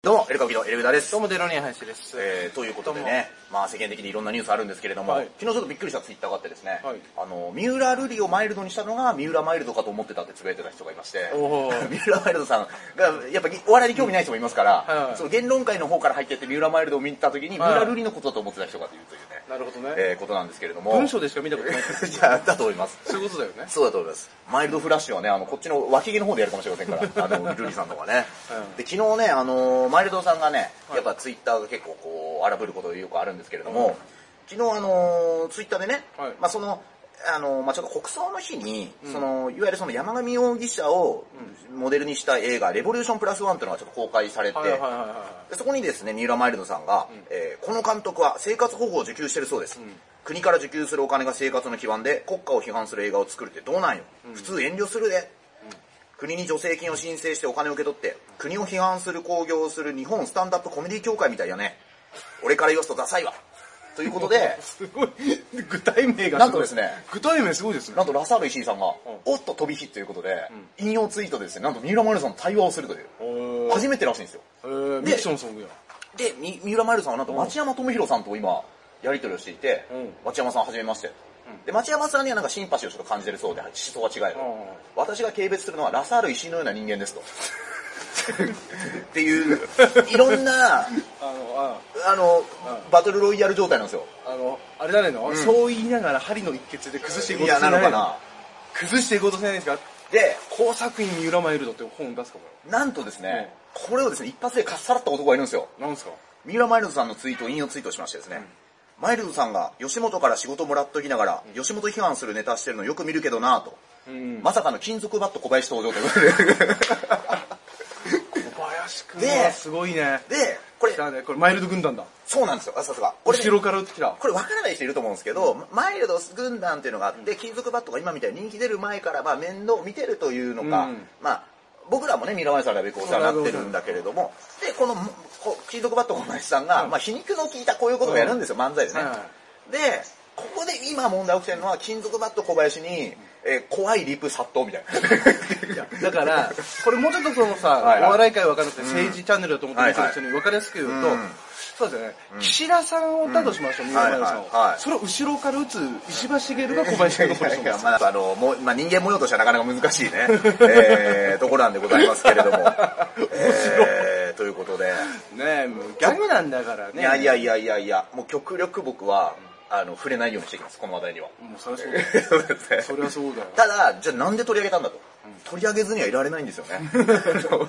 どうも、エルカビのエルベダですどう。もデロニア林です。えーということでね、まあ世間的にいろんなニュースあるんですけれども、はい昨日ちょっとびっくりしたツイッターがあってですね、はいあの、三浦瑠璃をマイルドにしたのが三浦マイルドかと思ってたってつぶやいてた人がいましてお、ー三浦マイルドさんが、やっぱりお笑いに興味ない人もいますから、うんはいはいその言論会の方から入ってって三浦マイルドを見た時に、はい三浦瑠璃のことだと思ってた人がいるというね、なるほどね。えーことなんですけれども。文章でしか見たことない。 じゃあ、だと思います。そういうことだよね。そうだと思います。マイルドフラッシュはね、あの、こっちの脇毛の方でやるかもしれません から、あの、ルリさんの方がね。うんで、昨日ね、あの、マイルドさんがね、はいやっぱツイッターが結構こう、荒ぶることよくあるんですけれども、昨日あの、ツイッターでね、はいまあその、あの、まあちょっと国葬の日に、その、いわゆるその山上容疑者をモデルにした映画、レボリューションプラスワンっていうのがちょっと公開されて、はいはいはいはでそこにですね、三浦マイルドさんが、えーこの監督は生活保護を受給してるそうです。国から受給するお金が生活の基盤で国家を批判する映画を作るってどうなんよ。普通遠慮するで。国に助成金を申請してお金を受け取って、国を批判する興行をする日本スタンダップコメディ協会みたいやね。俺から言わすとダサいわ。ということで い。、すごい。具体名がすごい。なんとですね。具体名すごいですね。なんとラサール石井さんがうん、おっと飛び火ということで、引用ツイートでですね、なんと三浦マイルドさんと対話をするという、おー初めてらしいんですよ。えーでミクションソングや。で、み三浦マイルドさんはなんと町山智博さんと今、やり取りをしていて、うん町山さんはじめまして。で、町山さんにはなんかシンパシーをちょっと感じてるそうで、思想は違えるうん。私が軽蔑するのはラサール石井のような人間ですと。 っていう、いろんな、あの、あの、バトルロイヤル状態なんですよ。ああの、あれだねの、そう言いながら針の一血で崩していこいうとや、しななのかいな。崩していこうとしないですかで、工作員三浦マイルドって本出すかもよ。なんとですね、これをですね、一発でかっさらった男がいるんですよ。なんですか三浦マイルドさんのツイートを引用ツイートしましてですね、マイルドさんが吉本から仕事もらっときながら、吉本批判するネタしてるのよく見るけどなぁと、んまさかの金属バット小林登場ということで、小林くんではすごいね。で、これ来、たね。これマイルド軍団だ。そうなんですよ、あさすが。これね、後ろから打ってきた。これ分からない人いると思うんですけど、マイルド軍団っていうのがあって、金属バットが今みたいに人気出る前から、まあ、面倒見てるというのか、うんまあ、僕らもね、ミラマイさんのべくお世話になってるんだけれども、で、この、こ金属バット小林さんが、まあ、皮肉の効いたこういうことをやるんですよ、漫才でね。はいはで、ここで今問題起きてるのは、金属バット小林に、えー怖いリプ殺到みたいな。だから、これもうちょっとそのさ、はいはいお笑い界分かんなくて政治チャンネルだと思って見てる人に分かりやすく言うと、はいはいうんそうですよね、岸田さんをだとしましょう、宮本さんを、はいはいはいそれを後ろから打つ石破茂が小林君のことしいてやま す。まあ、あの、もう、まあ、人間模様としてはなかなか難 しいね、えー、ところなんでございますけれども。面白えー、ということで。ねえ、もうギャグなんだからね。いやいやいやいやいや、もう極力僕は、あの、触れないようにしていきます、この話題には。もうそりゃそうだよ。そりゃそうだよ。ただ、じゃあなんで取り上げたんだと。取り上げずにはいられないんですよね。 あの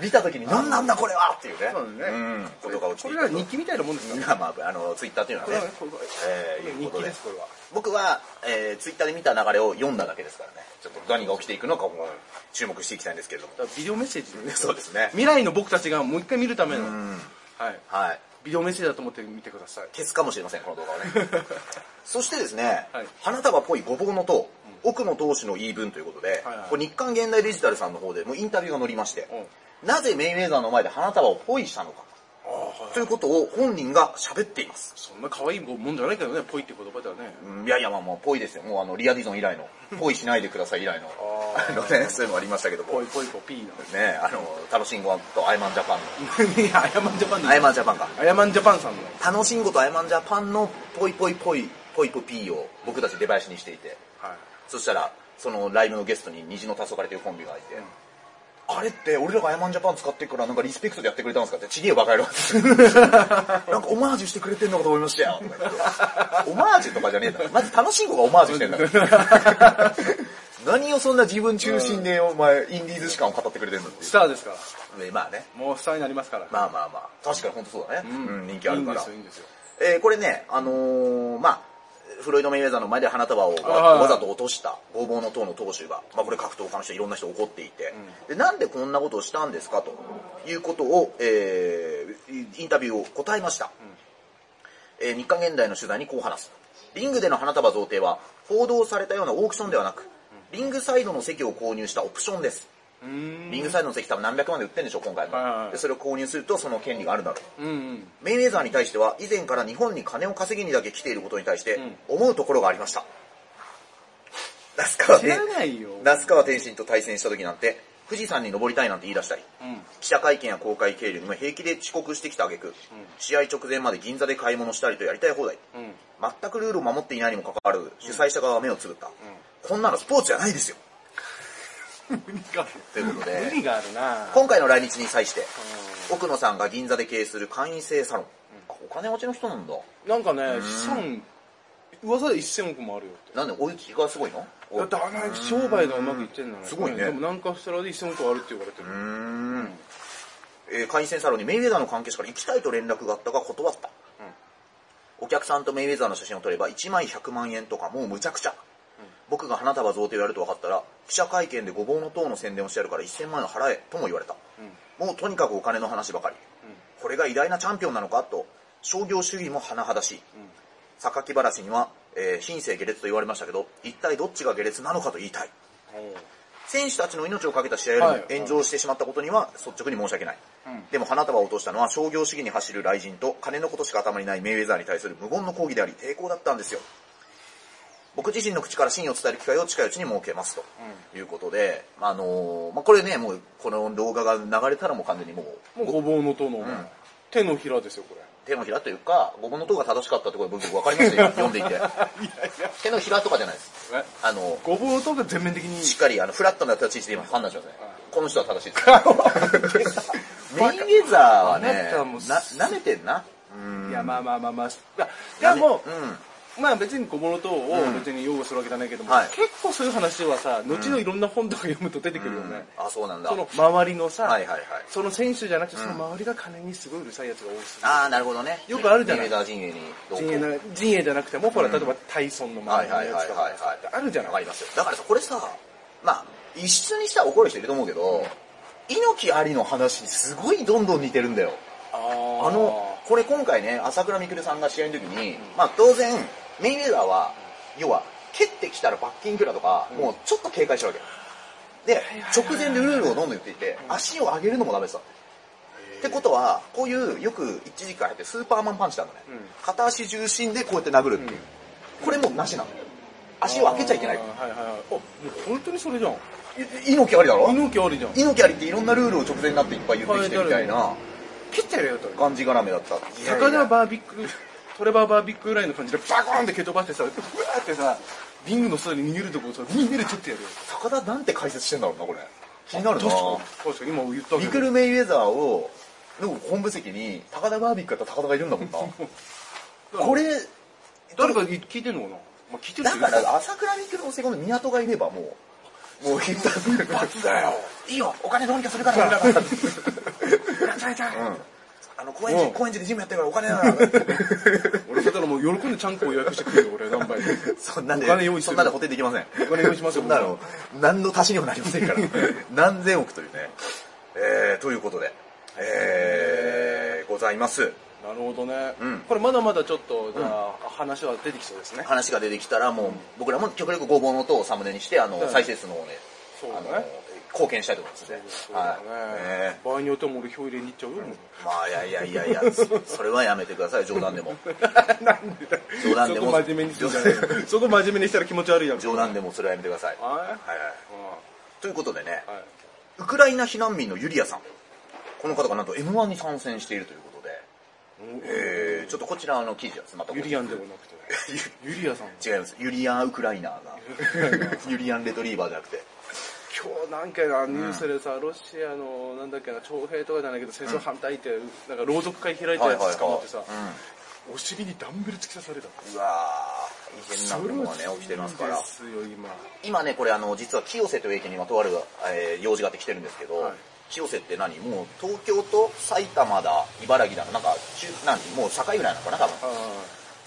見た時に、なんなんだこれはっていうね。そうだねん、ことが落ちこていれたらと日記みたいなも んですから、まあまあ、あの、ツイッターというのはこれねはね、。これはえー、いう日こと記でです、これは。僕は、えー、ツイッターで見た流れを読んだだけですからね。ちょっと何が起きていくのかも注目していきたいんですけれど も。だからビデオメッセージ、ね、そうですね。未来の僕たちがもう一回見るための、はい、はい。ビデオメッセージだと思って見てください。消すかもしれません、この動画を ね。そしてですね、はい花束っぽいごぼうの塔、奥の投資の言い分ということで、はいはいこれ日刊現代デジタルさんの方でもうインタビューが載りまして、うなぜメイウェザーの前で花束をポイしたのか、ああ、はいということを本人が喋っています。そんな可愛いもんじゃないけどね、ぽいって言葉ではね。うんいやいや、まあもうポイですよ。もうあの、リアディゾン以来の、 ポイしないでください以来の、 ああのね、そういうのありましたけどもぽい、ぽいぽいピーな。ね、あの、楽しんごとアイマンジャパン いや、アヤマンジャパンの、の。アイマンジャパンが、アヤマンジャパンさんの。楽しんごとアイマンジャパンのポイポイポイ、ポイポイピーを僕たち出囃子にしていて、はい。そしたら、そのライブのゲストに虹の黄昏というコンビがいて、あれって俺らがアイマンジャパン使ってるからなんかリスペクトでやってくれたんですかって、ちげえよバカ野郎 なんかオマージュしてくれてんのかと思いましたよ。 とか言ってオマージュとかじゃねえだろ。まず楽しい子がオマージュしてんだ から。何をそんな自分中心でお前、インディーズ史観を語ってくれてんだっていスターですから。う。でまあね。もうスターになりますから。まあまあまあ。確かに本当そうだね。うん、人気あるから。いいんですよ、えーこれね、あのーまあ、フロイド・メイウェザーの前で花束をわはいわざと落としたごぼうの塔の当主が、まあ、これ格闘家の人いろんな人怒っていて、でなんでこんなことをしたんですかということを、えーインタビューを答えました、えー日刊現代の取材にこう話すリングでの花束贈呈は報道されたようなオークションではなくリングサイドの席を購入したオプションです、いいんですよ。うーん。リングサイドの席多分何百万で売ってるんでしょう今回も、はいはいはいでそれを購入するとその権利があるだろううんうん。メイウェザーに対しては以前から日本に金を稼ぎにだけ来ていることに対して思うところがありました。那須川知天らないよ 那須川天心と対戦した時なんて、富士山に登りたいなんて言い出したり、うん記者会見や公開経理にも平気で遅刻してきた挙句、試合直前まで銀座で買い物したりとやりたい放題、うん全くルールを守っていないにもかかわらず主催者側は目をつぶった、こんなのスポーツじゃないですよ無理があるということ で無理があるな今回の来日に際して、奥野さんが銀座で経営する会員制サロン、あお金持ちの人なんだなんかね資産噂で1000億もあるよってなんでお行きがすごいのだってあんなに商売がうまくいってんだねすごいねでもなんかしたらで1000億あるって言われてるうーん、えー会員制サロンにメイウェザーの関係者から行きたいと連絡があったが断った、お客さんとメイウェザーの写真を撮れば1枚100万円とかもうむちゃくちゃ、僕が花束贈呈をやると分かったら記者会見でごぼうの塔の宣伝をしてやるから1000万円払えとも言われた、もうとにかくお金の話ばかり、これが偉大なチャンピオンなのかと商業主義も甚だしい、榊原氏には、えー、品性下劣と言われましたけど一体どっちが下劣なのかと言いたい選手たちの命を懸けた試合よりも炎上してしまったことには率直に申し訳ない、でも花束を落としたのは商業主義に走る雷神と金のことしか頭にないメイウェザーに対する無言の抗議であり抵抗だったんですよ僕自身の口から真意を伝える機会を近いうちに設けますということで、まああのまあ、これねもうこの動画が流れたらもう完全にもうもうごぼうの塔のお前手のひらですよこれ手のひらというかごぼうの塔が正しかったところ僕分かりますよ読んでいて手のひらとかじゃないですえあの ごぼうの塔が全面的にしっかりあのフラットな立ち位置で今判断しますね。この人は正しいです。メバカインウェザーはあねなたも、すな、舐めてんな。いやまあまあまあまあいやでもまあ別に小物等を別に擁護するわけじゃないけども、はい結構そういう話はさ、後のいろんな本とか読むと出てくるようん。ね。あ、そうなんだ。その周りのさ、はいはいはいその選手じゃなくて、その周りが金にすごいうるさいやつが多すぎるああ、なるほどね。よくあるじゃないメインウェザー陣営に同行。陣営な陣営じゃなくても、ほら、例えばタイソンの周はりいのはいやはいつとはいかさはい。あるじゃないわかりますよ。だからさ、これさ、まあ、一室にしたら怒る人いると思うけど、猪木ありの話にすごいどんどん似てるんだよ。ああの、これ今回ね、朝倉未来さんが試合の時に、まあ当然、メイウェザーは、要は、蹴ってきたら罰金いくらとか、もうちょっと警戒してるわけ。で、直前でルールをどんどん言っていて、足を上げるのもダメですってことは、こういう、よく一時期からやってるスーパーマンパンチだのね、ん片足重心でこうやって殴るっていう。これもうなしなの。足を開けちゃいけないあ。ーはいはいはい。あ、もう本当にそれじゃん。い猪木ありだろ猪木ありじゃん。猪木ありっていろんなルールを直前になっていっぱい言ってきてみたいな、切ってやるよと。感じ絡めだった。魚バービック、トレバーバービックぐらいの感じでバコーンって蹴飛ばしてさ、うわーってさ、リングの外に逃げるとこをさ、みんなで取ってやるよ。高田なんて解説してんだろうな、これ。気になるな確かに。確かに今言ったけどミクル・メイウェザーを、でも本部席に高田バービックだったら高田がいるんだもん な。これ、誰か聞いてんのかなまあ、聞いてるだ人いるか、ら朝倉未来のセコンド港がいればもう、もう一発だよ。いいよ、お 金どうにかするから、俺らが。うんあの、高円うん寺、高円寺でジムやってるからお金だな。俺だったらもう喜んでちゃんこを予約してくるよ、俺、何杯で。 そんなんで、お金用意すそるんなんで補填できません。お金用意しますよそんなの、何の足しにもなりません から。何千億というね。えー、ということで、えー、ございます。なるほどね、うんこれまだまだちょっと、じゃあ、話は出てきそうですね。話が出てきたらもう僕らも極力ごぼうの塔をサムネにしてあのん再生数の方ねそうあだねの貢献したいと思いますねそうだねはいね場合によってはもう俺票入れに行っちゃうよ、もうまあいやいやいやいやそそれはやめてください冗談でもなんでだよ冗談でもそこ真面目にする んじゃないよそこ真面目にしたら気持ち悪いやん。冗談でもそれはやめてくださいはいはいということでねうんはいウクライナ避難民のユリアさんこの方がなんと m 1に参戦しているということでえーちょっとこちらの記事はまたユリアンではなくて、ユリアさん。違いますユリアン・ウクライナー がユリアン・レトリーバーじゃなくて今日なんかなニュースでさ、ロシアのなんだっけな徴兵とかじゃないけど戦争反対って、なんか朗読会開いたやつ捕まってさ、はいはいはいお尻にダンベル突き刺されたうんうわー異変なことがね起きてますからそれは強いですよ今今ねこれあの実は清瀬という駅にまとわる、えー用事があって来てるんですけど、はい清瀬って何もう東京と埼玉だ茨城だなんか中何もう境ぐらいなのかな多分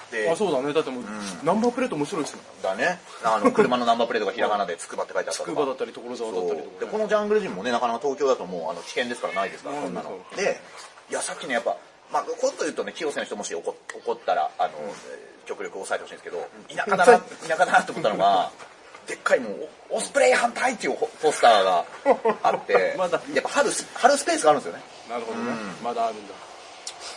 でああそうだねだってもう、ナンバープレート面白いですねだねあの車のナンバープレートがひらがなでつくばって書いてあった筑と波だっかたり所沢だそっうたりとか、でね、このジャングルジムもねなかなか東京だともうあの危険ですからないですからうんこんなのそうでいやさっきねやっぱまあこと言うとね清瀬の人もし怒怒ったらあの、えー極力抑えてほしいんですけど田舎だな田舎だなと思ったのがでっかいもうオスプレイ反対っていうポスターがあって まだやっぱ春ス春スペースがあるんですよねなるほどね、まだあるんだ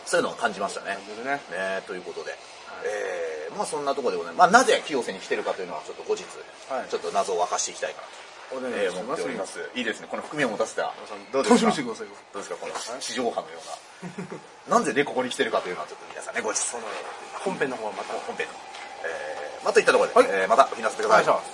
そういうのを感じましたねなるほどねねということで、えーまあそんなところでございます、まあ、なぜ清瀬に来てるかというのはちょっと後日、はいちょっと謎を明かしていきたいかなとお願えいーし持まってすおります。いいですね、この含みを持たせた。どうです楽しかみにしてくださいよどうですか、この地上波のよう な。なんでね、ここに来てるかというのは、ちょっと皆さんね、ごちそう本編の方はまた本編の。えーまあといったところで、はいえーまたお聞きなさってください。お願いします